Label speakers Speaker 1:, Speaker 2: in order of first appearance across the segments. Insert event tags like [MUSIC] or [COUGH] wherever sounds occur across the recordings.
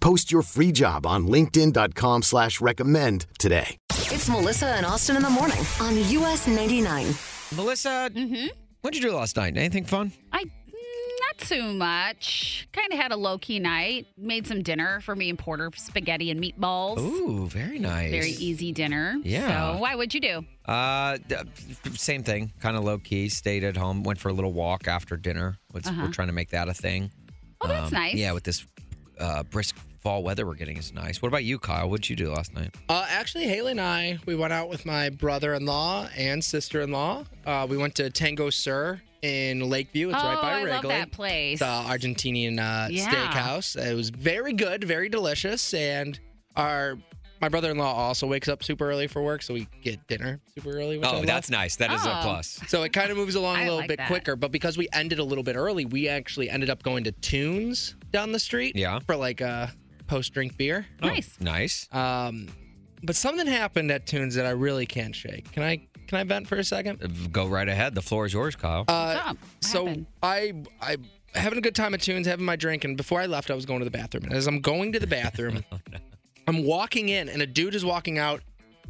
Speaker 1: Post your free job on linkedin.com slash recommend today.
Speaker 2: It's Melissa and Austin in the morning on US 99.
Speaker 3: Melissa,
Speaker 4: Mm-hmm.
Speaker 3: what'd you do last night? Anything fun?
Speaker 4: I not too much. Kind of had a low key night. Made some dinner for me and Porter spaghetti and meatballs.
Speaker 3: Ooh, very nice.
Speaker 4: Very easy dinner.
Speaker 3: Yeah.
Speaker 4: So why would you do?
Speaker 3: Uh, d- same thing. Kind of low key. Stayed at home. Went for a little walk after dinner. Let's, We're trying to make that a thing.
Speaker 4: Uh-huh.
Speaker 3: Um,
Speaker 4: Oh, that's nice.
Speaker 3: Yeah, with this uh, brisk fall weather we're getting is nice. What about you, Kyle? What'd you do last night?
Speaker 5: Uh, actually, Haley and I, we went out with my brother-in-law and sister-in-law. Uh, we went to Tango Sur in Lakeview. It's right
Speaker 4: Oh,
Speaker 5: by
Speaker 4: I love
Speaker 5: Wrigley.
Speaker 4: that place.
Speaker 5: The Argentinian uh,
Speaker 4: Yeah.
Speaker 5: steakhouse. It was very good, very delicious, and our my brother-in-law also wakes up super early for work, so we get dinner super early. Which I
Speaker 3: Oh,
Speaker 5: love.
Speaker 3: that's nice. That is a
Speaker 4: Oh.
Speaker 3: plus.
Speaker 5: So it kind of moves along a
Speaker 4: I
Speaker 5: little
Speaker 4: like
Speaker 5: bit
Speaker 4: that.
Speaker 5: quicker, but because we ended a little bit early, we actually ended up going to Tunes down the street.
Speaker 3: Yeah.
Speaker 5: For like a post-drink beer.
Speaker 3: Oh,
Speaker 4: Nice.
Speaker 3: nice.
Speaker 5: Um, but something happened at Tunes that I really can't shake. Can I can I vent for a second?
Speaker 3: Uh, Go right ahead. The floor is yours, Kyle.
Speaker 4: What's up? What
Speaker 5: Uh, So
Speaker 4: happened?
Speaker 5: I I having a good time at Tunes, having my drink, and before I left, I was going to the bathroom. And as I'm going to the
Speaker 3: [LAUGHS]
Speaker 5: bathroom,
Speaker 3: Oh,
Speaker 5: I'm walking in, and a dude is walking out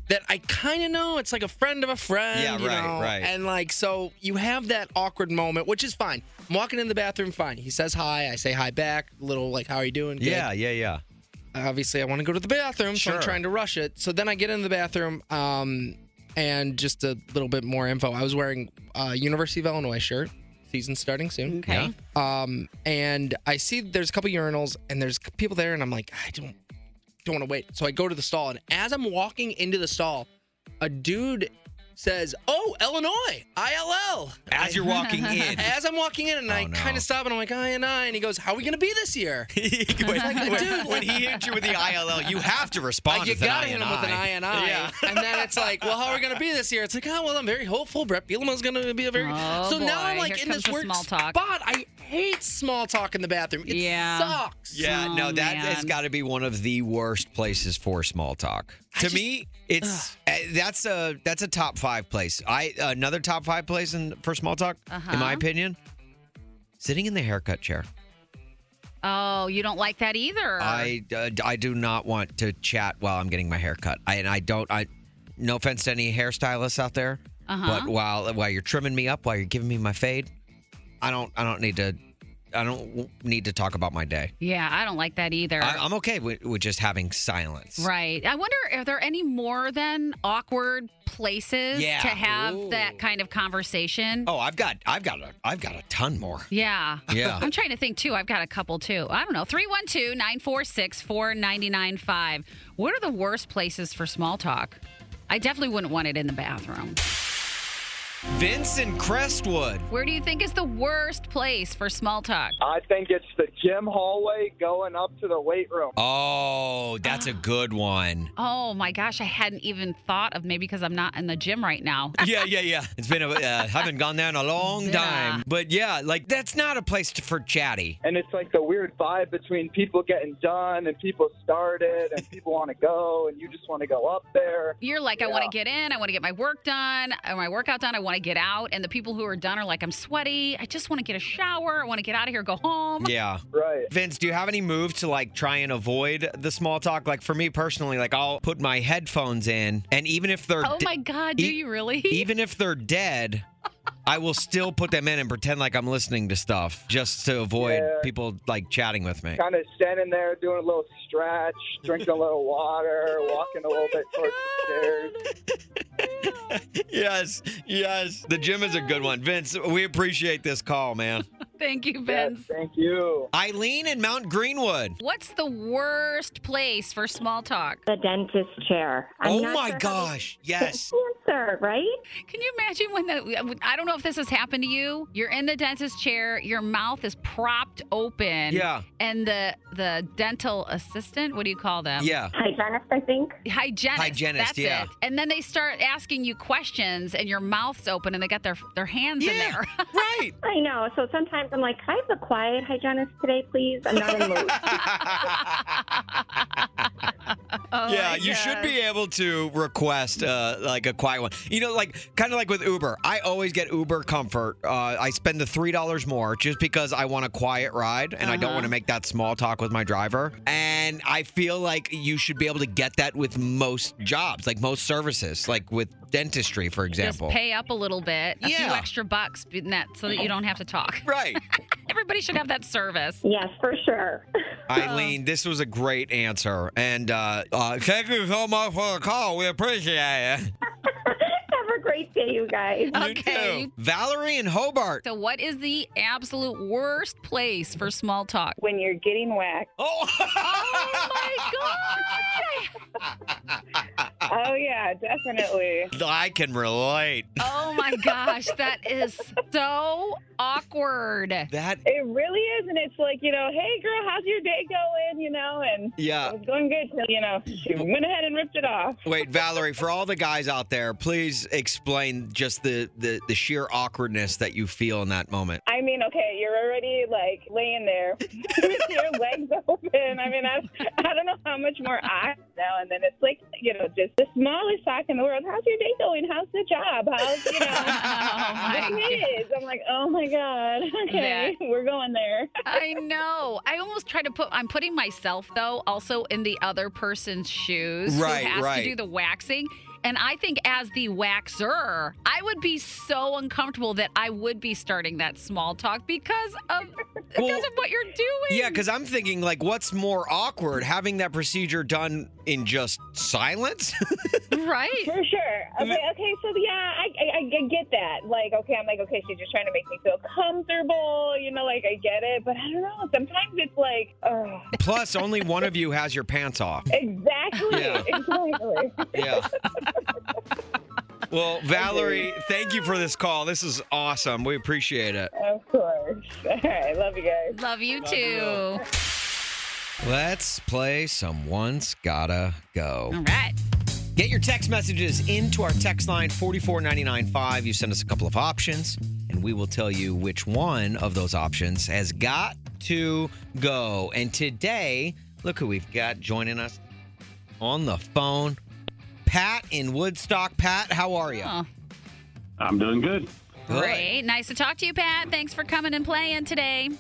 Speaker 5: that I kind of know. It's like a friend of a friend.
Speaker 3: Yeah,
Speaker 5: you
Speaker 3: right,
Speaker 5: know?
Speaker 3: right.
Speaker 5: And like so, you have that awkward moment, which is fine. I'm walking in the bathroom, fine. He says hi, I say hi back, little like how are you doing? Good.
Speaker 3: yeah, yeah, [LAUGHS] yeah.
Speaker 5: obviously I want to go to the bathroom, so
Speaker 3: Sure.
Speaker 5: I'm trying to rush it. So then I get in the bathroom, um, and just a little bit more info. I was wearing a University of Illinois shirt. Season starting soon.
Speaker 4: Okay.
Speaker 3: Yeah.
Speaker 5: Um, and I see there's a couple urinals and there's people there, and I'm like, I don't don't want to wait. So I go to the stall, and as I'm walking into the stall, a dude says, "Oh, Illinois, ILL."
Speaker 3: As you're
Speaker 5: [LAUGHS]
Speaker 3: walking in.
Speaker 5: As I'm walking in, and
Speaker 3: Oh,
Speaker 5: I
Speaker 3: no.
Speaker 5: kind of stop, and I'm like, "I and I," and he goes, "How are we gonna be this
Speaker 3: [LAUGHS]
Speaker 5: year?" [LAUGHS]
Speaker 3: when, when- when he hits you with the ILL, Uh, you have to respond
Speaker 5: Like you
Speaker 3: with an
Speaker 5: gotta hit
Speaker 3: INI.
Speaker 5: him with an I and I.
Speaker 3: Yeah.
Speaker 5: And then it's like, well, how are we gonna be this year? It's like, oh well, I'm very hopeful. Brett Bielema's gonna be a very.
Speaker 4: Oh,
Speaker 5: so now I'm
Speaker 4: boy.
Speaker 5: like
Speaker 4: Here
Speaker 5: in this
Speaker 4: comes the
Speaker 5: work
Speaker 4: small talk.
Speaker 5: spot. I hate small talk in the bathroom. It
Speaker 4: Yeah.
Speaker 5: sucks.
Speaker 3: Yeah,
Speaker 4: Oh,
Speaker 3: no, that has
Speaker 4: man.
Speaker 3: got to be one of the worst places for small talk. to
Speaker 5: just-
Speaker 3: me, it's uh, that's a that's a top five place. I another top five place in, for small talk, in my
Speaker 4: Uh-huh.
Speaker 3: opinion. Sitting in the haircut chair,
Speaker 4: Oh, you don't like that either.
Speaker 3: I uh, I do not want to chat while I'm getting my haircut. I, and I don't. I no offense to any hairstylists out there,
Speaker 4: Uh-huh.
Speaker 3: but while while you're trimming me up, while you're giving me my fade, I don't I don't need to I don't need to talk about my day.
Speaker 4: yeah, I don't like that either.
Speaker 3: I, um, I'm okay with, with just having silence.
Speaker 4: Right. I wonder are there any more than awkward places
Speaker 3: Yeah.
Speaker 4: to have
Speaker 5: Ooh.
Speaker 4: that kind of conversation?
Speaker 3: Oh, I've got, I've got a, I've got a ton more.
Speaker 4: Yeah.
Speaker 3: Yeah.
Speaker 4: I'm trying to think too. I've got a couple too. I don't know. 312 946 4995. What are the worst places for small talk? I definitely wouldn't want it in the bathroom.
Speaker 3: Vincent Crestwood.
Speaker 4: Where do you think is the worst place for small talk?
Speaker 6: I think it's the gym hallway going up to the weight room.
Speaker 3: Oh, that's a good one.
Speaker 4: Oh my gosh, I hadn't even thought of maybe because I'm not in the gym right now.
Speaker 3: [LAUGHS] Yeah, yeah, yeah. It's been a, uh, haven't gone there in a long
Speaker 4: Yeah.
Speaker 3: time. But yeah, like that's not a place to, for chatty.
Speaker 6: And it's like the weird vibe between people getting done and people started and people want to go and you just want to go up there.
Speaker 4: You're like, I want to get in, I want to get my work done, or my workout done, I want to get out. And the people who are done are like, I'm sweaty, I just want to get a shower, I want to get out of here, go home.
Speaker 3: Yeah.
Speaker 6: Right.
Speaker 3: Vince, do you have any move to like try and avoid the small talk? Like for me personally, like I'll put my headphones in, and even if they're
Speaker 4: Oh
Speaker 3: de-
Speaker 4: my [LAUGHS] God, do
Speaker 3: E-
Speaker 4: you really?
Speaker 3: even if they're dead, I will still put them in and pretend like I'm listening to stuff just to avoid
Speaker 6: Yeah.
Speaker 3: people like chatting with me.
Speaker 6: Kind of standing there doing a little stretch, drinking a little water, walking a little bit towards the stairs.
Speaker 3: yes, yes. The gym is a good one. Vince, we appreciate this call, man.
Speaker 4: [LAUGHS] Thank you,
Speaker 6: Yes,
Speaker 4: Vince.
Speaker 6: thank you.
Speaker 3: Eileen in Mount Greenwood.
Speaker 4: What's the worst place for small talk?
Speaker 7: The dentist chair. I'm
Speaker 3: oh
Speaker 7: not
Speaker 3: my
Speaker 7: sure how
Speaker 3: gosh.
Speaker 7: [LAUGHS]
Speaker 3: Yes.
Speaker 7: to Answer, right?
Speaker 4: Can you imagine when the, I don't know if this has happened to you. You're in the dentist chair, your mouth is propped open.
Speaker 3: Yeah.
Speaker 4: And the the dental assistant, what do you call them?
Speaker 3: Yeah.
Speaker 7: Hygienist, I think.
Speaker 4: Hygienist.
Speaker 3: Hygienist,
Speaker 4: that's
Speaker 3: yeah.
Speaker 4: it. And then they start asking you questions and your mouth's open and they got their their hands in
Speaker 3: Yeah.
Speaker 4: there. [LAUGHS]
Speaker 3: Right.
Speaker 7: I know. So sometimes I'm like, "Can I have the quiet hygienist today, please? I'm not in
Speaker 3: [LAUGHS]
Speaker 7: the mood."
Speaker 4: Oh,
Speaker 3: yeah,
Speaker 4: my
Speaker 3: you should
Speaker 4: gosh.
Speaker 3: be able to request uh, like a quiet one. You know, like kind of like with Uber. I always get Uber Comfort. Uh, I spend the three dollars more just because I want a quiet ride and I don't
Speaker 7: Uh-huh.
Speaker 3: want to make that small talk with my driver. And I feel like you should be able to get that with most jobs, like most services, like with dentistry, for
Speaker 4: Just
Speaker 3: example.
Speaker 4: pay up a little bit, a few
Speaker 3: Yeah.
Speaker 4: extra bucks in that so that you don't have to talk.
Speaker 3: right.
Speaker 4: [LAUGHS] Everybody should have that service.
Speaker 7: yes, for sure.
Speaker 3: Eileen, this was a great answer. And uh, uh, thank you so much for the call. We appreciate it.
Speaker 7: have a great day, you guys.
Speaker 4: Okay.
Speaker 3: You too. Valerie and Hobart.
Speaker 4: So, what is the absolute worst place for small talk?
Speaker 8: When you're getting whacked. [LAUGHS]
Speaker 3: Oh,
Speaker 8: Oh, yeah, definitely.
Speaker 3: I can relate.
Speaker 4: Oh my gosh, that is so awkward.
Speaker 3: That,
Speaker 8: It really is. And it's like, you know, hey, girl, how's your day going? You know, and
Speaker 3: yeah.
Speaker 8: it was going good till, you know, she went ahead and ripped it off.
Speaker 3: Wait, Valerie, for all the guys out there, please explain just the, the, the sheer awkwardness that you feel in that moment.
Speaker 8: I mean, okay, you're already like laying there [LAUGHS] with your legs open. I mean, I, I don't know how much more I know. And then it's like, you know, just the smallest talk in the world. How's your day going? How's the job?
Speaker 4: [LAUGHS]
Speaker 8: How's, you know,
Speaker 4: Oh my
Speaker 8: the
Speaker 4: God.
Speaker 8: kids? I'm like, oh my God. [LAUGHS] Okay, we're going there.
Speaker 4: I know. I almost try to put. I'm putting myself though, also in the other person's shoes.
Speaker 3: Right,
Speaker 4: who has
Speaker 3: right.
Speaker 4: To do the waxing, and I think as the waxer, I would be so uncomfortable that I would be starting that small talk because of
Speaker 3: Well,
Speaker 4: because of what you're doing.
Speaker 3: Yeah, because I'm thinking, like, what's more awkward, having that procedure done in just silence? [LAUGHS]
Speaker 4: right.
Speaker 8: For sure. Okay, okay so yeah, I, I, I get that. Like, okay, I'm like, okay, she's just trying to make me feel comfortable. You know, like, I get it. But I don't know. Sometimes it's like, oh,
Speaker 3: Plus, only one of you has your pants off.
Speaker 8: exactly.
Speaker 3: Yeah.
Speaker 8: Exactly.
Speaker 3: Yeah. [LAUGHS] Well, Valerie, thank you for this call. This is awesome. We appreciate it.
Speaker 8: Of
Speaker 9: [LAUGHS]
Speaker 8: course. All right. Love you guys.
Speaker 4: Love you too.
Speaker 3: Let's play Someone's Gotta Go.
Speaker 4: All right.
Speaker 3: Get your text messages into our text line 44995. You send us a couple of options, and we will tell you which one of those options has got to go. And today, look who we've got joining us on the phone Pat in Woodstock. Pat, how are you?
Speaker 4: Oh,
Speaker 10: I'm doing good.
Speaker 4: great. Nice to talk to you, Pat. Thanks for coming and playing today.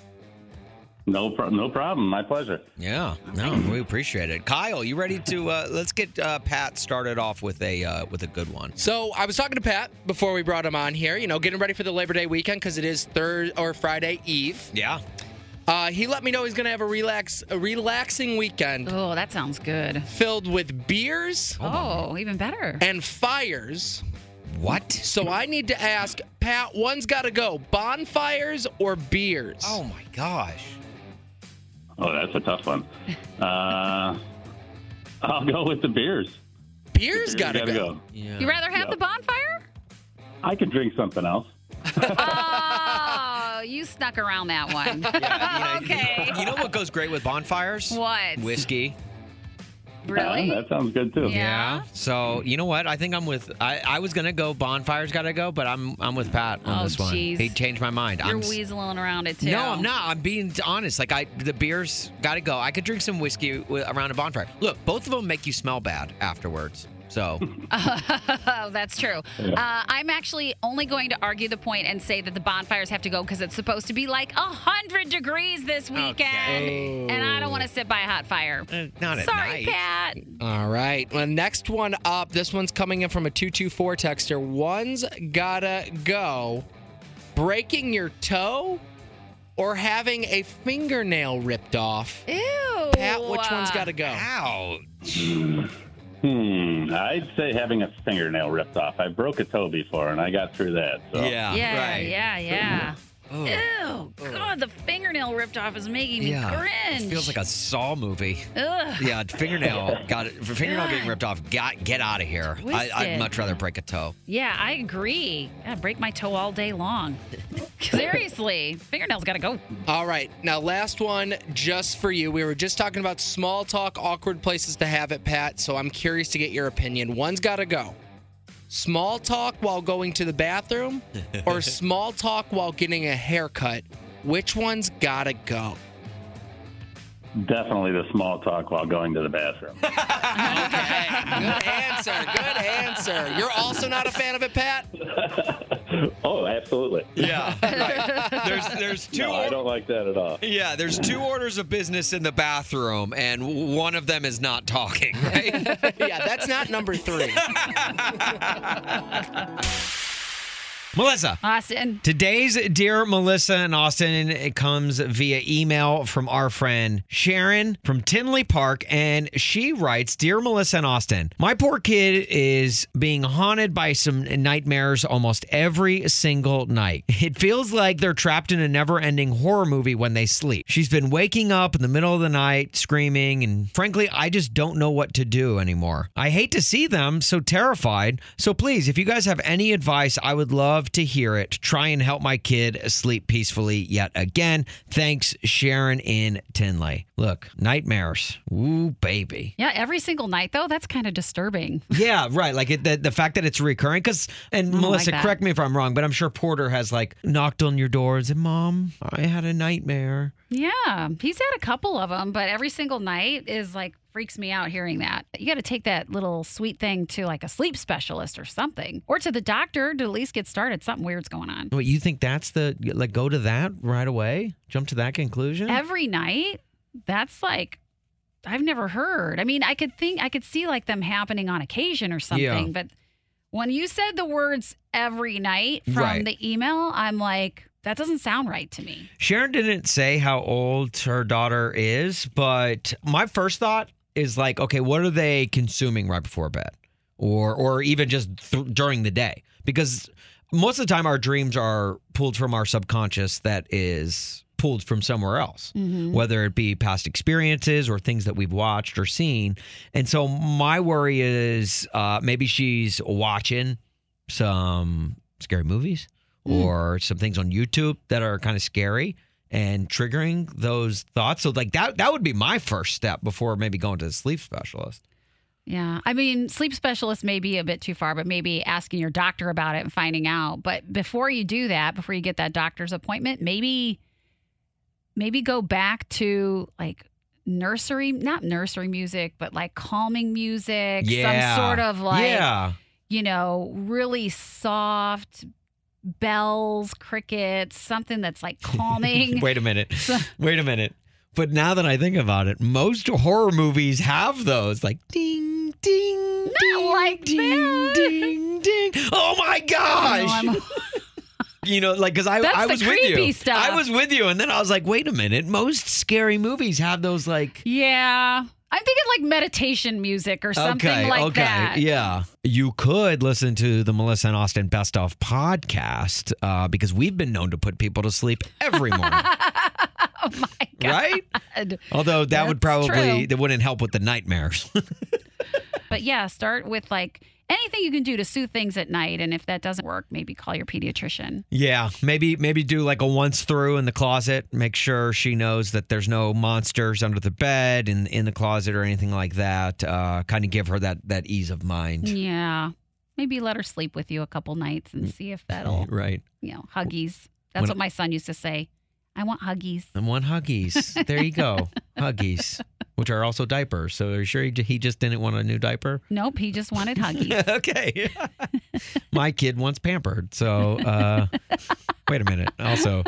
Speaker 10: No, pro- no problem. My pleasure.
Speaker 3: Yeah, no, we appreciate it. Kyle, you ready to uh, let's get uh, Pat started off with a uh, with a good one.
Speaker 5: So I was talking to Pat before we brought him on here. You know, getting ready for the Labor Day weekend because it is Thursday or Friday Eve.
Speaker 3: Yeah,
Speaker 5: Uh, he let me know he's gonna have a relax, a relaxing weekend
Speaker 4: Oh, that sounds good.
Speaker 5: filled with beers
Speaker 4: Oh, even better.
Speaker 5: and fires.
Speaker 3: what?
Speaker 5: So I need to ask Pat, one's got to go: bonfires or beers?
Speaker 3: Oh my gosh!
Speaker 10: Oh, that's a
Speaker 4: [LAUGHS]
Speaker 10: tough one. Uh, I'll go with the beers.
Speaker 5: beers
Speaker 10: Beers
Speaker 5: got to
Speaker 10: gotta
Speaker 5: go.
Speaker 3: Yeah.
Speaker 4: You rather have
Speaker 10: Yep.
Speaker 4: the bonfire?
Speaker 10: I could drink something else.
Speaker 4: Oh, you snuck around that one.
Speaker 3: Yeah, you know-
Speaker 4: okay.
Speaker 3: You know what goes great with bonfires?
Speaker 4: [LAUGHS] What?
Speaker 3: Whiskey.
Speaker 4: Really?
Speaker 10: Uh, that sounds good too.
Speaker 4: Oh, Yeah.
Speaker 3: So you know what? I think I'm with. I, I was gonna go. Bonfires gotta go, but I'm I'm with Pat on
Speaker 4: Oh,
Speaker 3: this one.
Speaker 4: jeez.
Speaker 3: He changed my mind.
Speaker 4: You're
Speaker 3: I'm, s-
Speaker 4: weaseling around it too.
Speaker 3: no, I'm not. I'm being honest. Like I, the beers gotta go. I could drink some whiskey wi- around a bonfire. Look, both of them make you smell bad afterwards. So
Speaker 4: oh, [LAUGHS] that's true. Uh, I'm actually only going to argue the point and say that the bonfires have to go because it's supposed to be like 100 degrees this weekend.
Speaker 3: Okay.
Speaker 4: And I don't want to sit by a hot fire.
Speaker 3: eh, not at
Speaker 4: Sorry,
Speaker 3: night.
Speaker 4: Pat.
Speaker 5: All right. Well, next one up. This one's coming in from a 224 texter. One's gotta go. breaking your toe or having a fingernail ripped off?
Speaker 4: Ew.
Speaker 5: Pat, which one's got to go?
Speaker 3: Ouch.
Speaker 10: Hmm. I'd say having a fingernail ripped off. I broke a toe before and I got through that. So.
Speaker 3: Yeah.
Speaker 4: Yeah, yeah, yeah.
Speaker 3: Ugh.
Speaker 4: Ew, God, the fingernail ripped off is making me
Speaker 3: Yeah.
Speaker 4: cringe.
Speaker 3: Feels like a Saw movie.
Speaker 4: Ugh.
Speaker 3: Yeah, fingernail got it. Fingernail
Speaker 4: God.
Speaker 3: getting ripped off. Got get out of here. I, I'd
Speaker 4: Twisted.
Speaker 3: much rather break a toe.
Speaker 4: Yeah, I agree. I break my toe all day long. [LAUGHS] Seriously, fingernails got to go.
Speaker 5: All right. Now, last one just for you. We were just talking about small talk, awkward places to have it, Pat. So I'm curious to get your opinion. One's got to go small talk while going to the bathroom
Speaker 3: [LAUGHS]
Speaker 5: or small talk while getting a haircut. Which one's got to go?
Speaker 10: Definitely the small talk while going to
Speaker 3: [LAUGHS]
Speaker 10: the bathroom.
Speaker 5: Good answer. Good answer. You're also not a fan of it, Pat?
Speaker 10: oh, absolutely.
Speaker 3: Yeah. Right. There's there's two.
Speaker 10: [LAUGHS] No, I don't like that at all.
Speaker 3: Yeah, there's two orders of business in the bathroom, and one of them is not talking. Right?
Speaker 5: yeah, that's not number three.
Speaker 3: Melissa.
Speaker 4: Austin.
Speaker 3: Today's Dear Melissa and Austin it comes via email from our friend Sharon from Tinley Park. And she writes Dear Melissa and Austin, my poor kid is being haunted by some nightmares almost every single night. It feels like they're trapped in a never ending horror movie when they sleep. She's been waking up in the middle of the night screaming, and frankly, I just don't know what to do anymore. I hate to see them so terrified. So please, if you guys have any advice, I would love to hear it. Try and help my kid sleep peacefully yet again. Thanks, Sharon in Tinley. Look, nightmares. Ooh, baby.
Speaker 4: Yeah, every single night though, that's kind of disturbing.
Speaker 3: Yeah, right. Like it, the, the fact that it's recurring. Because, and
Speaker 4: don't
Speaker 3: Melissa,
Speaker 4: like that.
Speaker 3: correct me if I'm wrong, but I'm sure Porter has like knocked on your door and said, Mom, I had a nightmare.
Speaker 4: Yeah, he's had a couple of them, but every single night is like freaks me out hearing that. You got to take that little sweet thing to like a sleep specialist or something, or to the doctor to at least get started. Something weird's going on.
Speaker 3: What you think that's the like go to that right away? Jump to that conclusion?
Speaker 4: Every night, that's like I've never heard. I mean, I could think I could see like them happening on occasion or something,
Speaker 3: Yeah.
Speaker 4: but when you said the words every night from
Speaker 3: Right.
Speaker 4: the email, I'm like that doesn't sound right to me.
Speaker 3: Sharon didn't say how old her daughter is, but my first thought is like, okay, what are they consuming right before bed, or or even just th- during the day? Because most of the time, our dreams are pulled from our subconscious that is pulled from somewhere else, whether it be past experiences or things that we've watched or seen. And so my worry is uh, maybe she's watching some scary movies
Speaker 4: Hmm.
Speaker 3: or some things on YouTube that are kind of scary and triggering those thoughts. So like that that would be my first step before maybe going to the sleep specialist.
Speaker 4: Yeah. I mean, sleep specialist may be a bit too far, but maybe asking your doctor about it and finding out. But before you do that, before you get that doctor's appointment, maybe maybe go back to like nursery, not nursery music, but like calming music,
Speaker 3: Yeah.
Speaker 4: some sort of like
Speaker 3: Yeah.
Speaker 4: you know, really soft bells, crickets, something that's like calming.
Speaker 3: [LAUGHS] Wait
Speaker 4: [LAUGHS]
Speaker 3: a minute. Wait a minute. But now that I think about it, most horror movies have those like ding ding Not ding
Speaker 4: like
Speaker 3: ding,
Speaker 4: that.
Speaker 3: ding ding Oh my
Speaker 4: I know,
Speaker 3: [LAUGHS] gosh.
Speaker 4: I'm-
Speaker 3: You know, like because I,
Speaker 4: That's
Speaker 3: I
Speaker 4: the
Speaker 3: was with you.
Speaker 4: creepy stuff.
Speaker 3: I was with you, and then I was like, wait a minute. Most scary movies have those like
Speaker 4: yeah. I'm thinking like meditation music or something like that.
Speaker 3: Yeah. You could listen to the Melissa and Austin Best Off podcast uh, because we've been known to put people to sleep
Speaker 4: [LAUGHS]
Speaker 3: every morning.
Speaker 4: Oh my God.
Speaker 3: right? Although that would
Speaker 4: That's
Speaker 3: probably
Speaker 4: true.
Speaker 3: that wouldn't help with the nightmares. [LAUGHS]
Speaker 4: But yeah, start with like anything you can do to soothe things at night. And if that doesn't work, maybe call your pediatrician.
Speaker 3: yeah. Maybe maybe do like a once through in the closet, make sure she knows that there's no monsters under the bed and in the closet or anything like that. Uh, kind of give her that that ease of mind.
Speaker 4: Yeah. Maybe let her sleep with you a couple nights and see if that'll,
Speaker 3: Right.
Speaker 4: you know, huggies. That's
Speaker 3: When-
Speaker 4: what my son used to say. I want huggies.
Speaker 3: And one Huggies. There you [LAUGHS] go. Huggies, which are also diapers. So are you sure he, he just didn't want a new diaper?
Speaker 4: Nope, he just wanted huggies.
Speaker 3: [LAUGHS] okay. [LAUGHS] My kid wants pampered. So uh, wait a minute. Also,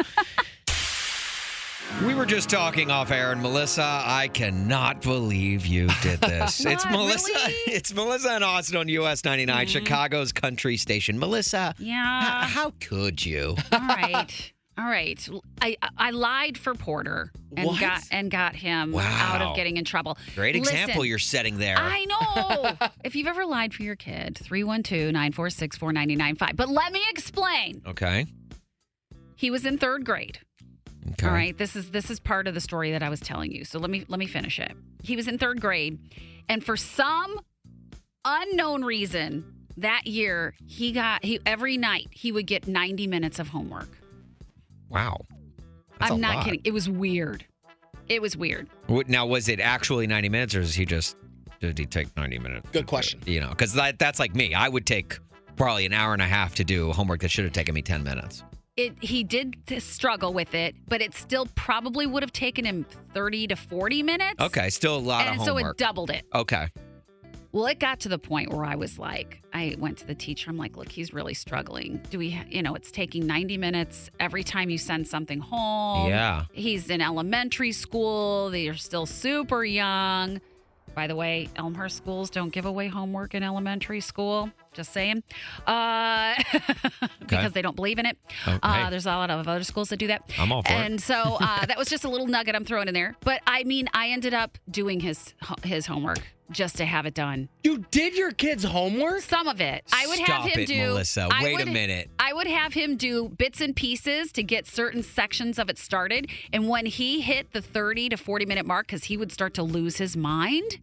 Speaker 3: We were just talking off air, and Melissa, I cannot believe you did [LAUGHS] this. it's
Speaker 4: What,
Speaker 3: Melissa. [LAUGHS] It's Melissa and Austin on US 99, Chicago's country station. Melissa,
Speaker 4: Yeah.
Speaker 3: how could you?
Speaker 4: All right. All right. I I lied for Porter and
Speaker 3: What?
Speaker 4: got and got him out
Speaker 3: Wow.
Speaker 4: of getting in trouble.
Speaker 3: Great
Speaker 4: Listen,
Speaker 3: example you're setting there.
Speaker 4: I
Speaker 3: [LAUGHS]
Speaker 4: know. if you've ever lied for your kid, 312-946-4995. But let me explain.
Speaker 3: okay.
Speaker 4: He was in 3rd grade.
Speaker 3: Okay.
Speaker 4: All right. This is this is part of the story that I was telling you. So let me let me finish it. He was in 3rd grade and for some unknown reason that year he got he every night he would get 90 minutes of homework.
Speaker 3: Wow. That's
Speaker 4: I'm
Speaker 3: a
Speaker 4: not
Speaker 3: lot.
Speaker 4: kidding. It was weird. It was weird.
Speaker 3: What- Now, was it actually 90 minutes, or is he just did he take 90 minutes? Good question. You know, because that, that's like me. I would take probably an hour and a half to do homework that should have taken me 10 minutes.
Speaker 4: It he did t- struggle with it, but it still probably would have taken him 30 to 40 minutes.
Speaker 3: Okay, still a lot
Speaker 4: and
Speaker 3: of
Speaker 4: so it
Speaker 3: homework.
Speaker 4: doubled it.
Speaker 3: okay.
Speaker 4: Well, it got to the point where I was like, I went to the teacher. I'm like, look, he's really struggling. Do we, ha- you know, it's taking 90 minutes every time you send something home.
Speaker 3: Yeah.
Speaker 4: He's in elementary school. They're still super young. By the way, Elmhurst schools don't give away homework in elementary school. Just saying. Uh, [LAUGHS] because they don't believe in it.
Speaker 11: Oh,
Speaker 4: Uh,
Speaker 11: hey.
Speaker 4: there's a lot of other schools that do that.
Speaker 11: I'm all for it.
Speaker 4: And so
Speaker 3: [LAUGHS]
Speaker 4: uh, that was just a little nugget I'm throwing in there. But I mean, I ended up doing his his homework just to have it done.
Speaker 5: You did your kid's homework?
Speaker 4: Some of it. I would
Speaker 3: Stop
Speaker 4: have him
Speaker 3: it,
Speaker 4: do.
Speaker 3: Melissa.
Speaker 4: I
Speaker 3: Wait a
Speaker 4: would-
Speaker 3: minute.
Speaker 4: I would have him do bits and pieces to get certain sections of it started. And when he hit the 30 to 40 minute mark, because he would start to lose his mind,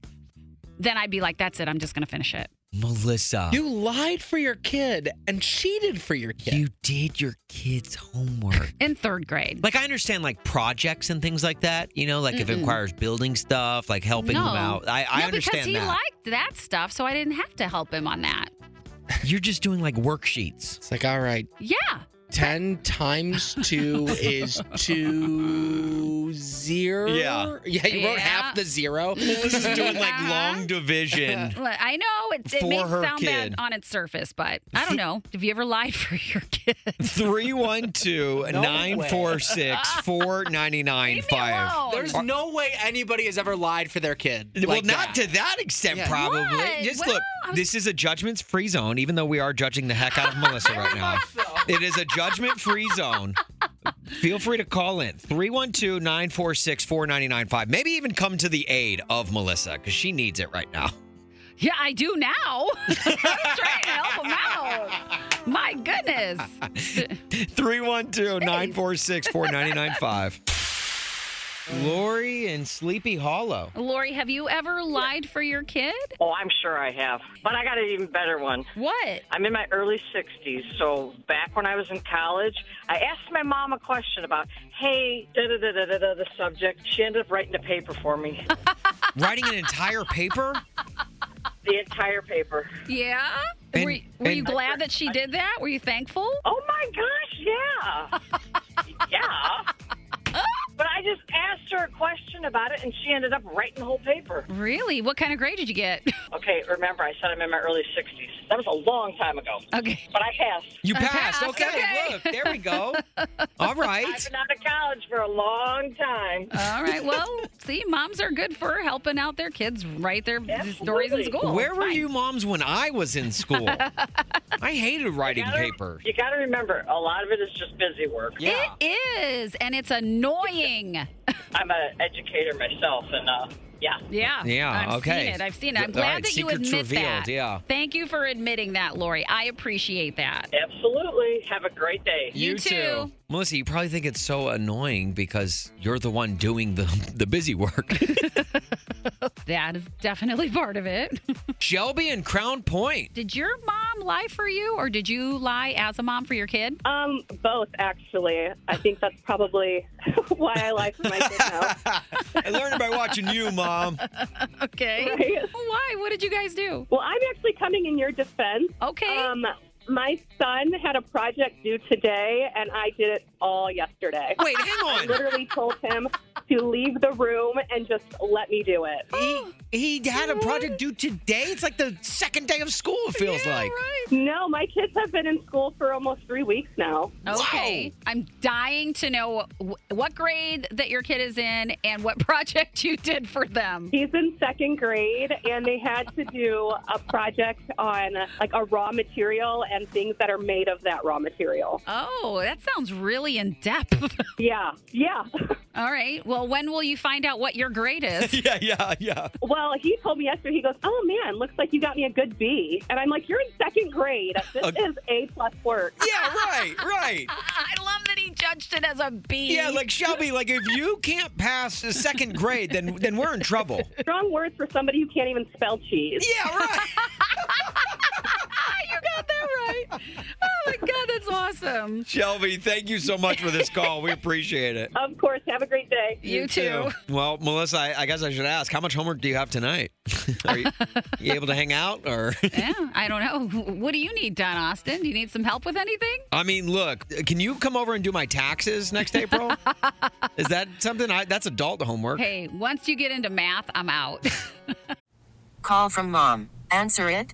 Speaker 4: then I'd be like, "That's it. I'm just going to finish it."
Speaker 3: Melissa,
Speaker 5: You lied for your kid and cheated for your kid.
Speaker 3: You did your kid's homework.
Speaker 4: In third grade.
Speaker 3: Like I understand like projects and things like that, you know, like if it
Speaker 4: Mm-mm.
Speaker 3: requires building stuff, like helping
Speaker 4: no.
Speaker 3: them out. I, I
Speaker 4: no, because
Speaker 3: understand
Speaker 4: he
Speaker 3: that.
Speaker 4: liked that stuff, so I didn't have to help him on that.
Speaker 3: You're just doing like worksheets.
Speaker 5: It's like, all right,
Speaker 4: Yeah.
Speaker 5: 10 times
Speaker 3: [LAUGHS]
Speaker 5: 2 is 2 0.
Speaker 3: Yeah.
Speaker 5: Yeah, you wrote
Speaker 4: Yeah.
Speaker 5: half the zero.
Speaker 3: Melissa's doing like
Speaker 5: [LAUGHS]
Speaker 3: long
Speaker 4: [LAUGHS]
Speaker 3: division.
Speaker 4: Look, I know it, it
Speaker 3: For
Speaker 4: may
Speaker 3: her
Speaker 4: sound bad
Speaker 3: kid.
Speaker 4: on its surface, but I don't know. Have you ever lied for your kid?
Speaker 3: 312 946 4995.
Speaker 5: There's no way anybody has ever lied for their kid.
Speaker 3: Well,
Speaker 5: like that.
Speaker 3: not to that extent,
Speaker 5: Yeah.
Speaker 3: probably.
Speaker 5: What?
Speaker 3: Just
Speaker 5: Well,
Speaker 3: look, this is a judgment free zone, even though we are judging the heck out of
Speaker 5: [LAUGHS]
Speaker 3: Melissa right now. It is a judgment free zone. Feel free to call in 312 946 4995. Maybe even come to the aid of Melissa because she needs it
Speaker 5: [LAUGHS]
Speaker 3: right now.
Speaker 4: Yeah, I do now. [LAUGHS] I was trying to help him out. My goodness.
Speaker 3: 312 946 4995. Lori in Sleepy Hollow.
Speaker 4: Lori, have you ever lied for your kid?
Speaker 9: Oh, I'm sure I have. But I got an even better one.
Speaker 4: What?
Speaker 9: I'm in my early 60s. So back when I was in college, I asked my mom a question about, hey, da da da da da da, the subject. She ended up writing the paper
Speaker 4: [LAUGHS]
Speaker 9: for me,
Speaker 3: Writing an entire paper?
Speaker 9: the entire paper.
Speaker 4: Yeah?
Speaker 3: And-
Speaker 4: were were you
Speaker 3: and-
Speaker 4: glad that she did that? Were you thankful?
Speaker 9: Oh my gosh, yeah. [LAUGHS] yeah. But I just asked her a question about it, and she ended up writing the whole paper.
Speaker 4: Really? What kind of grade did you get?
Speaker 9: Okay, remember, I said I'm in my early 60s. That was a long time ago.
Speaker 4: Okay.
Speaker 9: But I passed.
Speaker 3: You passed. Okay, look, there
Speaker 4: [LAUGHS]
Speaker 3: we go. [LAUGHS] All
Speaker 9: I've
Speaker 3: right.
Speaker 9: been out of college for a long time.
Speaker 4: All right.
Speaker 9: [LAUGHS]
Speaker 4: Well, see, moms are good for helping out their kids write their stories in school.
Speaker 3: Where were you moms when I was in school?
Speaker 5: [LAUGHS]
Speaker 3: I hated writing paper.
Speaker 9: You got to remember, a lot of it is just busy work.
Speaker 4: It is, and it's annoying.
Speaker 9: I'm an educator myself, and uh, yeah.
Speaker 4: Yeah.
Speaker 3: Yeah,
Speaker 4: I've
Speaker 3: okay.
Speaker 4: seen it. I've seen it. I'm
Speaker 3: All
Speaker 4: glad
Speaker 3: right,
Speaker 4: that you
Speaker 3: secrets
Speaker 4: admit
Speaker 3: revealed,
Speaker 4: that.
Speaker 3: yeah.
Speaker 4: Thank you for admitting that, Lori. I appreciate that.
Speaker 9: Absolutely. Have a great day.
Speaker 3: Melissa, you probably think it's so annoying because you're the one doing the, [LAUGHS] the busy [LAUGHS] work. [LAUGHS]
Speaker 4: That is definitely part of it.
Speaker 3: Shelby and Crown Point.
Speaker 4: did your mom lie for you, or did you lie as a mom for your kid?
Speaker 12: Um, both actually. I think that's probably [LAUGHS] why I like my kid now.
Speaker 3: I learned by watching you, Mom.
Speaker 4: [LAUGHS] Okay. Why? What did you guys do?
Speaker 12: Well, I'm actually coming in your defense.
Speaker 4: Okay.
Speaker 12: Um, my son had a project due today, and I did it all yesterday. [LAUGHS]
Speaker 3: Wait, hang on.
Speaker 12: I literally told him, to leave the room and just let me do it.
Speaker 3: He had a project due today. It's like the second day of school. It feels like.
Speaker 12: No, my kids have been in school for almost three weeks now.
Speaker 4: Okay. I'm dying to know wh- what grade that your kid is in and what [LAUGHS] project you did for them.
Speaker 12: He's in second grade, and they had to do a project on like a raw material and things that are made of that raw material.
Speaker 4: Oh, that sounds really in depth. [LAUGHS]
Speaker 12: yeah.
Speaker 9: [LAUGHS]
Speaker 12: Yeah.
Speaker 4: All right. Well, when will you find out what your grade is?
Speaker 3: [LAUGHS] yeah, yeah, yeah.
Speaker 12: Well, he told me yesterday. He goes, "Oh man, looks like you got me a good B." And I'm like, "You're in second
Speaker 3: [LAUGHS]
Speaker 12: grade. This is A plus work."
Speaker 3: Yeah, right, right.
Speaker 4: [LAUGHS] I love that he judged it as a B.
Speaker 3: [LAUGHS] Yeah, like Shelby, like if you can't pass the second grade, then then we're in trouble.
Speaker 12: [LAUGHS] Strong words for somebody who can't even spell cheese.
Speaker 3: Yeah, right.
Speaker 4: [LAUGHS] you got that right. Oh my god, that's awesome.
Speaker 3: Shelby, thank you so much for this call. We
Speaker 8: [LAUGHS]
Speaker 3: appreciate it.
Speaker 12: Of course. Have a great day.
Speaker 3: Well, Melissa, I, I guess I should ask, how much homework do you have tonight? [LAUGHS] Are you, you able to hang out or?
Speaker 4: Yeah, I don't know. [LAUGHS] What do you need, Don Austin? Do you need some help with anything?
Speaker 3: I mean, look, can you come over and do my taxes
Speaker 4: [LAUGHS]
Speaker 3: next April? Is that something? I, that's adult homework.
Speaker 4: Hey, once you get into math, I'm out.
Speaker 13: Call from mom. Answer it.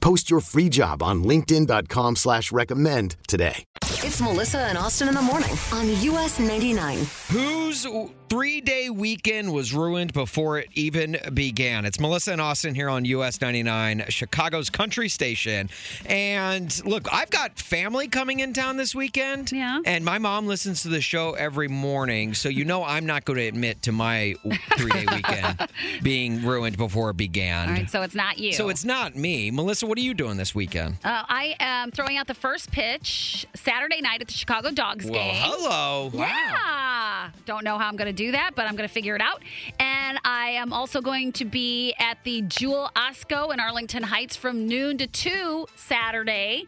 Speaker 1: Post your free job on linkedin.com/recommend slash recommend today.
Speaker 2: It's Melissa and Austin in the morning on US 99.
Speaker 3: Whose three day weekend was ruined before it even began? It's Melissa and Austin here on US 99, Chicago's country station. And look, I've got family coming in town this weekend. Yeah. And my mom listens to the show every morning. So you know I'm not going to admit to my three day
Speaker 4: [LAUGHS]
Speaker 3: weekend being ruined before it began.
Speaker 4: All right, so it's not you.
Speaker 3: So it's not me. Melissa, what are you doing this weekend?
Speaker 4: Uh, I am throwing out the first pitch Saturday night at the Chicago Dogs
Speaker 3: Well,
Speaker 4: game.
Speaker 3: hello. Wow.
Speaker 4: Yeah. Don't know how I'm going to do that, but I'm going to figure it out. And I am also going to be at the Jewel Osco in Arlington Heights from noon to 2 Saturday.
Speaker 3: Okay.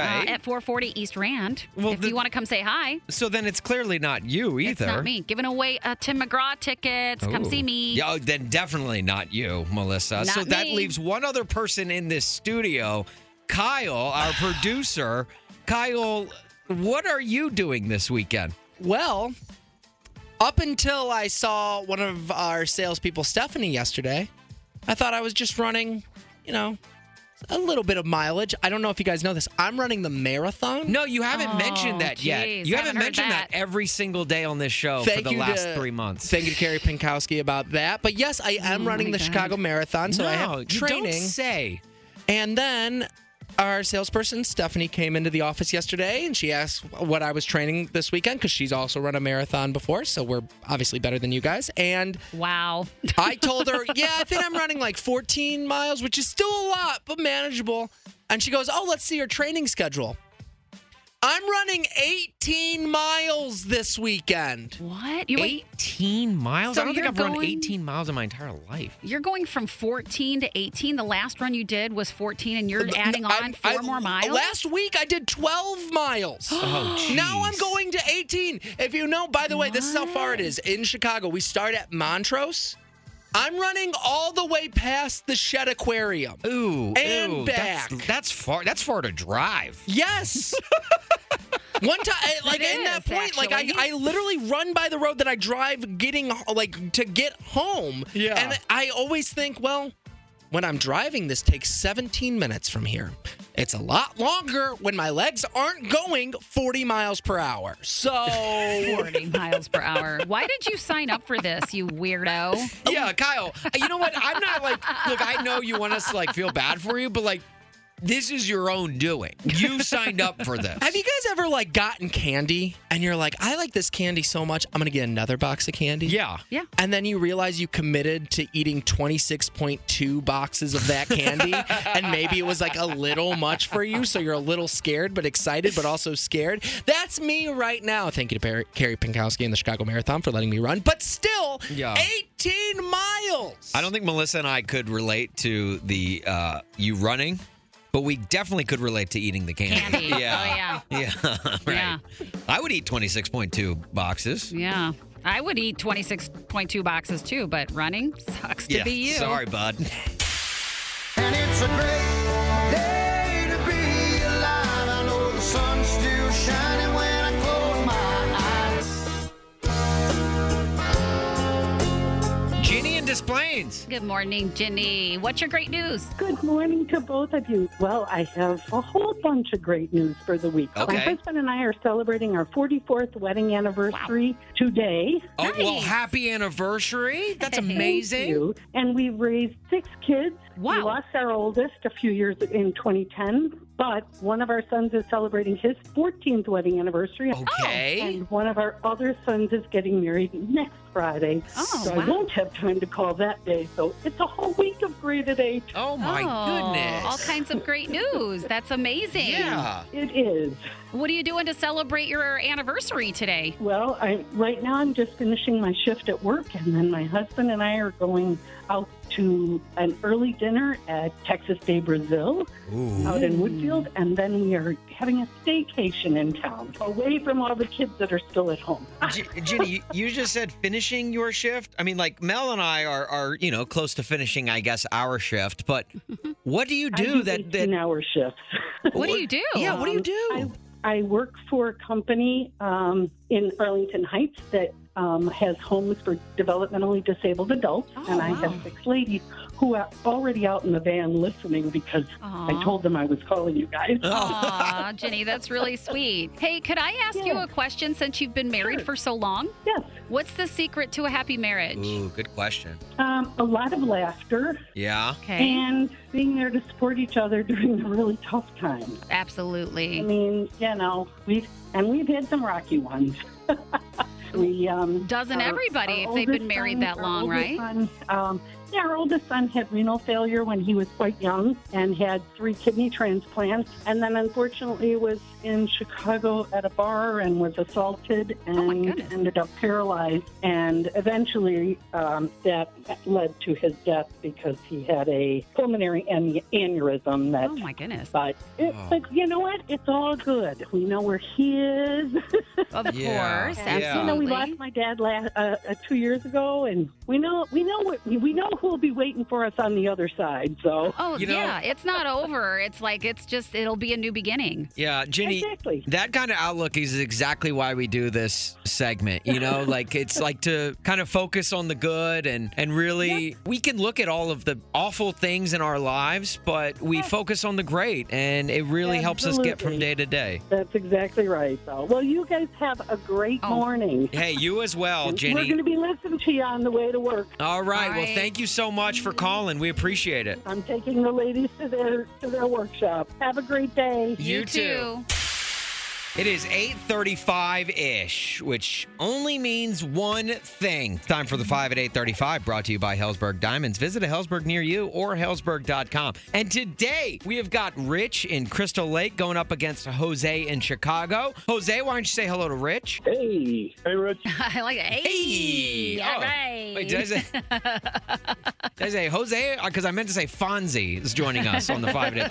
Speaker 4: uh, at 440 East Rand.
Speaker 3: Well,
Speaker 4: if
Speaker 3: the-
Speaker 4: you want to come say hi.
Speaker 3: So then it's clearly not you either.
Speaker 4: It's not me. Giving away uh, Tim McGraw tickets. Come
Speaker 3: Ooh.
Speaker 4: see me.
Speaker 3: Yeah, oh, then definitely not you, Melissa.
Speaker 4: Not
Speaker 3: so that
Speaker 4: me.
Speaker 3: leaves one other person in this studio, Kyle,
Speaker 4: [SIGHS]
Speaker 3: our producer. Kyle, what are you doing this weekend?
Speaker 5: Well, up until I saw one of our salespeople, Stephanie, yesterday, I thought I was just running, you know, a little bit of mileage. I don't know if you guys know this. I'm running the marathon.
Speaker 3: No, you haven't
Speaker 4: Oh,
Speaker 3: mentioned that yet. You Oh, haven't, mentioned that. every single day on this show for
Speaker 5: Thank
Speaker 3: the
Speaker 5: you
Speaker 3: last
Speaker 5: to-
Speaker 3: three months.
Speaker 5: Thank you to Carrie Pinkowski about that. But yes, I am
Speaker 3: Oh
Speaker 5: running the
Speaker 3: my God.
Speaker 5: Chicago Marathon, so I
Speaker 3: No, you
Speaker 5: have
Speaker 3: don't
Speaker 5: training.
Speaker 3: say.
Speaker 5: And then our salesperson Stephanie came into the office yesterday, and she asked what I was training this weekend because she's also run a marathon before, so we're obviously better than you guys. And
Speaker 4: wow,
Speaker 5: I told her, yeah, I think I'm running like 14 miles, which is still a lot, but manageable. And she goes, oh, let's see your training schedule. I'm running 18 miles this weekend.
Speaker 4: What? You wait.
Speaker 3: 18 miles?
Speaker 5: So
Speaker 3: I don't think
Speaker 5: you're
Speaker 3: I've run
Speaker 5: going-
Speaker 3: 18 miles in my entire life.
Speaker 4: You're going from 14 to 18. The last run you did was 14, and
Speaker 3: Uh,
Speaker 4: you're adding on four
Speaker 5: I-
Speaker 4: more miles.
Speaker 5: Last week I did 12 miles.
Speaker 3: [GASPS] Oh,
Speaker 5: now I'm going to 18. If you know, by the way, this is how far it is. In Chicago, we start at Montrose I'm running all the way past the Shed Aquarium.
Speaker 3: Ooh,
Speaker 5: and
Speaker 3: ew,
Speaker 5: back.
Speaker 3: That's, that's far. That's far to drive.
Speaker 5: Yes. One time, like
Speaker 3: It
Speaker 5: in that
Speaker 3: is,
Speaker 5: point, like
Speaker 3: actually.
Speaker 5: I, I literally run by the road that I drive getting like to get home. Yeah. And I always think, well, when I'm driving, this takes 17 minutes from here. It's a lot longer when my legs aren't going 40 miles per hour. So
Speaker 4: 40 miles per hour. Why did you sign up for this, you weirdo?
Speaker 3: [LAUGHS] Yeah, Kyle. uh, You know what? I'm not like. Look, I know you want us to like
Speaker 4: [LAUGHS]
Speaker 3: feel bad for you, but like, this is your own doing. You signed up for this.
Speaker 5: Have you guys ever like gotten candy and you're like, I like this candy so much, I'm gonna get another box of candy?
Speaker 3: Yeah.
Speaker 4: Yeah.
Speaker 5: And then you realize you committed to eating 26.2 boxes of that
Speaker 3: [LAUGHS]
Speaker 5: candy and maybe it was like a little much for you, so you're a little scared but excited but also scared. That's me right now. Thank you to Barry, Carrie Pinkowski and the Chicago Marathon for letting me run, but still,
Speaker 3: Yeah.
Speaker 5: 18 miles.
Speaker 3: I don't think Melissa and I could relate to the uh, you running, but we definitely could relate to eating the candy.
Speaker 4: Candy.
Speaker 3: Yeah.
Speaker 4: Oh,
Speaker 3: yeah. [LAUGHS] right.
Speaker 4: Yeah.
Speaker 3: I would eat 26.2 boxes.
Speaker 4: Yeah. I would eat 26.2 boxes too, but running sucks to
Speaker 3: yeah.
Speaker 4: be you. [LAUGHS]
Speaker 3: Sorry, bud.
Speaker 14: And it's a great day to be alive. I know the sun's still shining when I close my eyes.
Speaker 3: Ginny and Des Plaines.
Speaker 4: Good morning, Ginny. What's your great news?
Speaker 15: Good morning to both of you. Well, I have a whole bunch of great news for the week.
Speaker 3: Okay.
Speaker 15: My husband and I are celebrating our 44th wedding anniversary today.
Speaker 3: Oh, well, happy anniversary. That's
Speaker 15: Thank
Speaker 3: amazing.
Speaker 15: you. And we've raised six kids. Wow. We lost our oldest a few years in 2010, but one of our sons is celebrating his 14th wedding anniversary. Oh,
Speaker 3: Okay.
Speaker 15: And one of our other sons is getting married next Friday. Oh, so I won't have time to call that day. So it's a whole week of great at eight.
Speaker 3: Oh,
Speaker 4: Oh, All kinds of great news. That's amazing.
Speaker 15: Yeah. It is.
Speaker 4: What are you doing to celebrate your anniversary
Speaker 3: [LAUGHS]
Speaker 4: today?
Speaker 15: Well, I right now I'm just finishing my shift at work, and then my husband and I are going out to an early dinner at Texas Day Brazil out in Woodfield, and then we are having a staycation in town, away from all the kids that are still at home.
Speaker 3: G- Ginny, you- you just said finishing your shift. I mean, like Mel and I are, are you know, close to finishing, I guess, our shift.
Speaker 15: [LAUGHS]
Speaker 3: But what do you
Speaker 15: I
Speaker 3: do,
Speaker 15: do
Speaker 3: that that
Speaker 15: hour shifts? Um,
Speaker 4: What do you do?
Speaker 3: Yeah, [LAUGHS] what do you do?
Speaker 15: I, I work for a company um, in Arlington Heights that um, has homes for developmentally disabled adults,
Speaker 3: Oh,
Speaker 15: and I have six ladies who are already out in the van listening because
Speaker 4: Aw.
Speaker 15: I told them I was calling you guys. [LAUGHS]
Speaker 4: Aw, Ginny, that's really sweet. Hey, could I ask you a question since you've been married for so long?
Speaker 15: Yes.
Speaker 4: What's the secret to a happy marriage?
Speaker 3: Ooh, good question.
Speaker 15: Um, a lot of laughter
Speaker 3: Yeah.
Speaker 15: and being there to support each other during the really tough times.
Speaker 4: Absolutely.
Speaker 15: I mean, you know, we've and we've had some rocky ones. [LAUGHS] we um,
Speaker 4: Doesn't
Speaker 15: our-
Speaker 4: everybody
Speaker 15: our
Speaker 4: if they've been
Speaker 15: oldest
Speaker 4: married
Speaker 15: son-
Speaker 4: that
Speaker 15: our
Speaker 4: long,
Speaker 15: oldest
Speaker 4: right?
Speaker 15: son, um, yeah, our oldest son had renal failure when he was quite young and had three kidney transplants, and then unfortunately was in Chicago at a bar and was assaulted
Speaker 4: Oh,
Speaker 15: and ended up paralyzed, and eventually um, that led to his death because he had a pulmonary an- aneurysm that.
Speaker 4: Oh my goodness!
Speaker 15: But it,
Speaker 4: Oh.
Speaker 15: but you know what? It's all good. We know where he is. [LAUGHS]
Speaker 4: Of Yeah, course,
Speaker 15: And, You know, we
Speaker 4: absolutely.
Speaker 15: lost my dad last uh, uh, two years ago, and we know we know what we know who'll be waiting for us on the other side. So
Speaker 4: Oh yeah, it's not over. It's like it's just it'll be a new beginning. [LAUGHS]
Speaker 3: Yeah, Ginny. That kind of outlook is exactly why we do this segment. You
Speaker 15: [LAUGHS]
Speaker 3: know, like it's like to kind of focus on the good and and really we can look at all of the awful things in our lives, but we focus on the great, and it really helps us get from
Speaker 15: Absolutely.
Speaker 3: day to day.
Speaker 15: that's exactly right. So well, you guys have a great morning.
Speaker 3: Hey, you as well, Ginny.
Speaker 15: We're going to be listening to you on the way to work.
Speaker 3: All right.
Speaker 15: All
Speaker 3: Well,
Speaker 15: right.
Speaker 3: thank you so much for calling. We appreciate it.
Speaker 15: I'm taking the ladies to their to their workshop. Have a great day.
Speaker 3: You You too. It is 8:35-ish, which only means one thing. Time for the 5 at 8:35 brought to you by Hellsberg Diamonds. Visit a Hellsberg near you or hellsberg.com. And today, we have got Rich in Crystal Lake going up against Jose in Chicago. Jose, why don't you say hello to Rich? Hey. Hey Rich.
Speaker 4: I like it. Hey,
Speaker 3: Hey.
Speaker 4: all
Speaker 3: Oh.
Speaker 4: right.
Speaker 3: Wait, did I say- I say Jose, because I meant to say Fonzie is joining us on the 5 at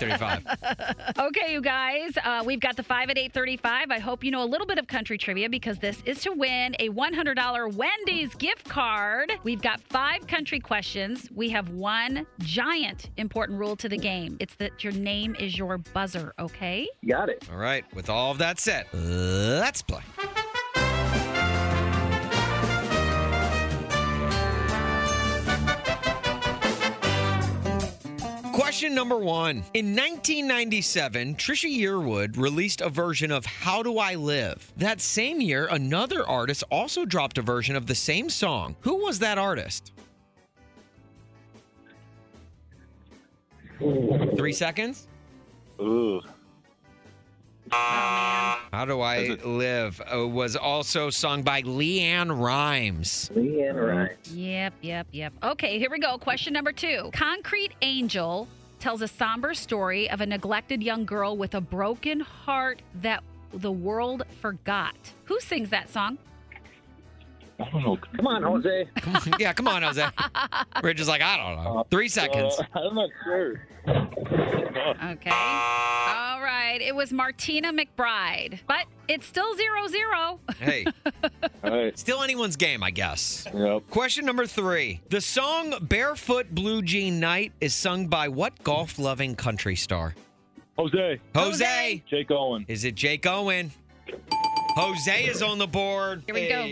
Speaker 4: [LAUGHS]
Speaker 3: 835.
Speaker 4: Okay, you guys, uh, we've got the five at eight thirty-five. I hope you know a little bit of country trivia because this is to win a one hundred dollar Wendy's gift card. We've got five country questions. We have one giant important rule to the game. It's that your name is your buzzer. Okay.
Speaker 3: Got it. All right. With all of that said, let's play. Question number one. In 1997, Trisha Yearwood released a version of How Do I Live? That same year, another artist also dropped a version of the same song. Who was that artist? Three seconds.
Speaker 10: Ooh.
Speaker 3: How Do I Live uh, was also sung by Leanne Rhymes. Leanne Rhymes.
Speaker 4: Yep, yep, yep. Okay, here we go. Question number two Concrete Angel tells a somber story of a neglected young girl with a broken heart that the world forgot. Who sings that song? [LAUGHS]
Speaker 10: I don't know.
Speaker 3: Come on, Jose. Uh, yeah, come on, [LAUGHS] Jose. Ridge is like, I don't know. Three seconds.
Speaker 10: I'm not sure.
Speaker 4: Okay. All right, it was Martina McBride, but it's still zero zero. [LAUGHS]
Speaker 3: Hey. Still anyone's game, I guess. Question number three. The song Barefoot Blue Jean Night is sung by what golf loving country star?
Speaker 10: Jose.
Speaker 3: Jose.
Speaker 10: Jake Owen.
Speaker 3: Is it Jake Owen? Jose is on the board.
Speaker 4: Here we go.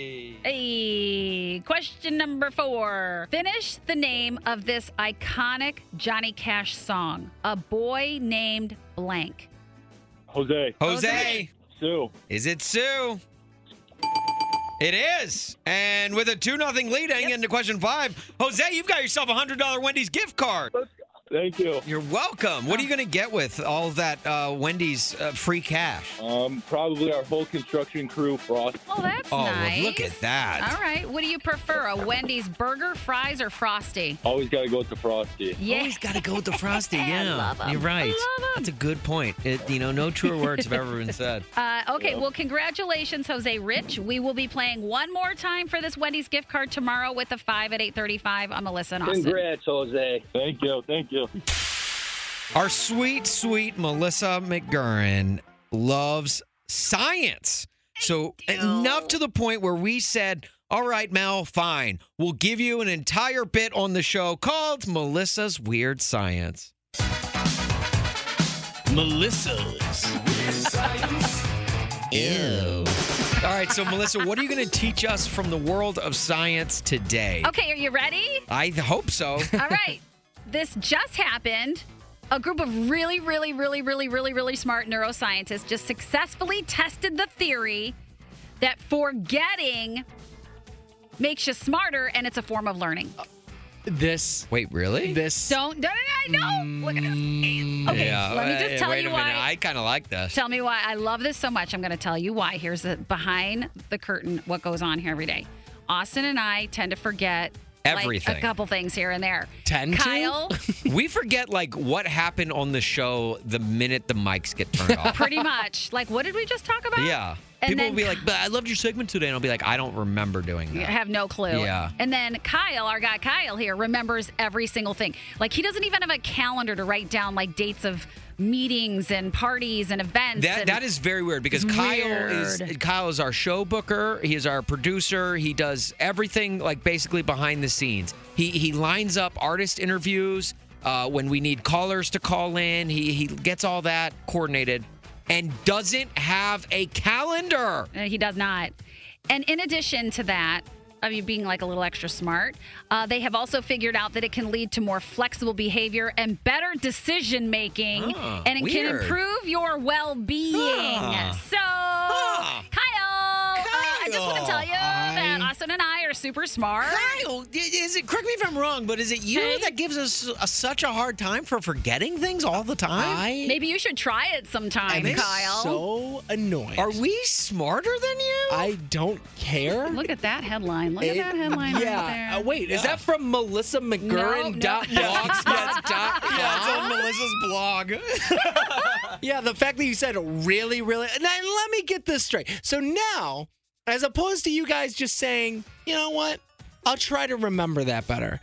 Speaker 4: Hey, question number four. Finish the name of this iconic Johnny Cash song, A Boy Named Blank.
Speaker 10: Jose.
Speaker 3: Jose.
Speaker 10: Sue.
Speaker 3: Is it Sue? It is. And with a 2 nothing lead heading into question five, Jose, you've got yourself a $100 Wendy's gift card.
Speaker 10: Thank you.
Speaker 3: You're welcome. What are you going to get with all that uh, Wendy's uh, free cash?
Speaker 10: Um, probably our whole construction crew, Frost.
Speaker 4: Oh, that's
Speaker 3: Oh, well,
Speaker 4: nice.
Speaker 3: look at that.
Speaker 4: All right, what do you prefer, a Wendy's burger, fries, or Frosty?
Speaker 10: Always got to go with the Frosty.
Speaker 4: Yeah.
Speaker 3: Always got to go with
Speaker 4: [LAUGHS]
Speaker 3: the frosty. Yeah,
Speaker 4: love 'em.
Speaker 3: you're right. That's a good point. It, you know, no truer words have ever
Speaker 4: [LAUGHS]
Speaker 3: been said.
Speaker 4: Uh, okay, well, congratulations, Jose Rich. We will be playing one more time for this Wendy's gift card tomorrow with the five at eight thirty-five. I'm Melissa and Austin.
Speaker 10: Congrats, Jose. Thank you. Thank you.
Speaker 3: Our sweet, sweet Melissa McGurran loves science. So enough to the point where we said, "All right, Mel, fine. We'll give you an entire bit on the show called Melissa's Weird Science." Melissa's. Ew. All right, so Melissa, what are you going to teach us from the world of science today?
Speaker 4: Okay, are you ready?
Speaker 3: I hope so.
Speaker 4: [LAUGHS] All right. This just happened. A group of really, really, really, really, really, really smart neuroscientists just successfully tested the theory that forgetting makes you smarter and it's a form of learning.
Speaker 5: This.
Speaker 3: Wait, really?
Speaker 5: This.
Speaker 4: Don't, no, no, no, no. Look at this.
Speaker 5: Mm.
Speaker 4: Okay, let me just
Speaker 3: uh,
Speaker 4: tell
Speaker 3: wait
Speaker 4: you
Speaker 3: a minute.
Speaker 4: why.
Speaker 3: I kind of like this.
Speaker 4: Tell me why I love this so much. I'm going to tell you why. Here's the behind the curtain what goes on here every day. Austin and I tend to forget like,
Speaker 3: Everything.
Speaker 4: a couple things here and there.
Speaker 3: Tend to?
Speaker 4: Kyle,
Speaker 3: [LAUGHS] we forget like what happened on the show the minute the mics
Speaker 4: [LAUGHS]
Speaker 3: get turned off.
Speaker 4: pretty much. Like, what did we just talk about?
Speaker 3: Yeah.
Speaker 4: And
Speaker 3: People
Speaker 4: then-
Speaker 3: will be like, "But I loved your segment today," and I'll be like, "I don't remember doing
Speaker 4: You
Speaker 3: that."
Speaker 4: have no clue.
Speaker 3: Yeah.
Speaker 4: And then Kyle, our guy Kyle here, remembers every single thing. Like he doesn't even have a calendar to write down like dates of meetings and parties and events.
Speaker 3: That
Speaker 4: and-
Speaker 3: that is very weird because
Speaker 4: It's
Speaker 3: Kyle is
Speaker 4: weird.
Speaker 3: Kyle is our show booker. He is our producer. He does everything like basically behind the scenes. He he lines up artist interviews uh, when we need callers to call in. He he gets all that coordinated and doesn't have a calendar.
Speaker 4: Uh, He does not. And in addition to that, I mean, being like a little extra smart, uh, they have also figured out that it can lead to more flexible behavior and better decision making,
Speaker 3: Ah,
Speaker 16: Huh,
Speaker 4: and it can
Speaker 16: weird.
Speaker 4: improve your well being.
Speaker 16: Huh.
Speaker 4: So, Kyle, uh, I just want to tell you that Austin and I are super smart.
Speaker 3: Kyle, is it? Correct me if I'm wrong, but is it you that gives us a, such a hard time for forgetting things all the time?
Speaker 4: Maybe you should try it sometime,
Speaker 3: am
Speaker 4: Kyle.
Speaker 5: So annoyed.
Speaker 3: Are we smarter than you?
Speaker 5: I don't care.
Speaker 4: Look at that headline. Look at that headline right there.
Speaker 5: Yeah. Uh, wait, is that from Melissa
Speaker 4: [LAUGHS]
Speaker 5: McGurran dot blogspot dot com?
Speaker 3: Melissa's blog.
Speaker 4: [LAUGHS]
Speaker 5: yeah, the fact that you said really, really. Now, let me get this straight. So now, as opposed to you guys just saying, you know what, I'll try to remember that better.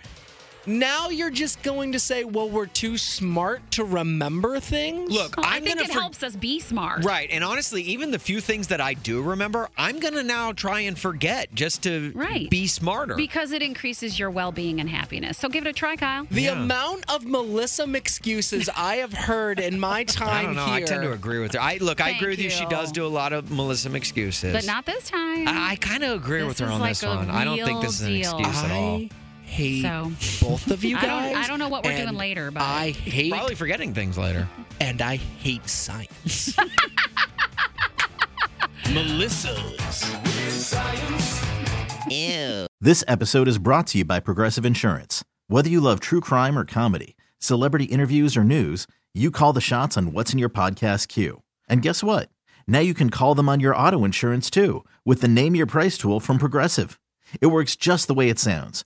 Speaker 5: Now you're just going to say, well, we're too smart to remember things?
Speaker 3: Look,
Speaker 4: I
Speaker 3: I'm
Speaker 4: think it
Speaker 3: gonna for-
Speaker 4: helps us be smart.
Speaker 3: Right. And honestly, even the few things that I do remember, I'm going to now try and forget just to
Speaker 4: Right.
Speaker 3: be smarter.
Speaker 4: Because it increases your well being and happiness. So give it a try, Kyle.
Speaker 5: The amount of Melissa excuses I have heard in my
Speaker 3: [LAUGHS] I
Speaker 5: time
Speaker 3: don't know.
Speaker 5: here.
Speaker 3: I tend to agree with her. I look, I
Speaker 4: Thank
Speaker 3: agree with you. She
Speaker 4: you.
Speaker 3: does do a lot of Melissa excuses.
Speaker 4: But not this time.
Speaker 3: I, I kind of agree with her
Speaker 4: is
Speaker 3: on
Speaker 4: like
Speaker 3: this
Speaker 4: a
Speaker 3: one. I don't think this is an
Speaker 4: real
Speaker 5: [LAUGHS]
Speaker 3: excuse at
Speaker 5: deal.
Speaker 3: all.
Speaker 5: hate
Speaker 4: So-
Speaker 5: both of you
Speaker 4: I
Speaker 5: guys.
Speaker 4: don't- I don't know what we're doing
Speaker 5: and
Speaker 4: later, but-
Speaker 5: I hate
Speaker 3: Probably forgetting things later.
Speaker 5: and I hate
Speaker 3: [LAUGHS]
Speaker 5: science.
Speaker 14: Melissa's.
Speaker 5: Ew.
Speaker 11: This episode is brought to you by Progressive Insurance. Whether you love true crime or comedy, celebrity interviews or news, you call the shots on what's in your podcast queue. And guess what? Now you can call them on your auto insurance too with the Name Your Price tool from Progressive. It works just the way it sounds.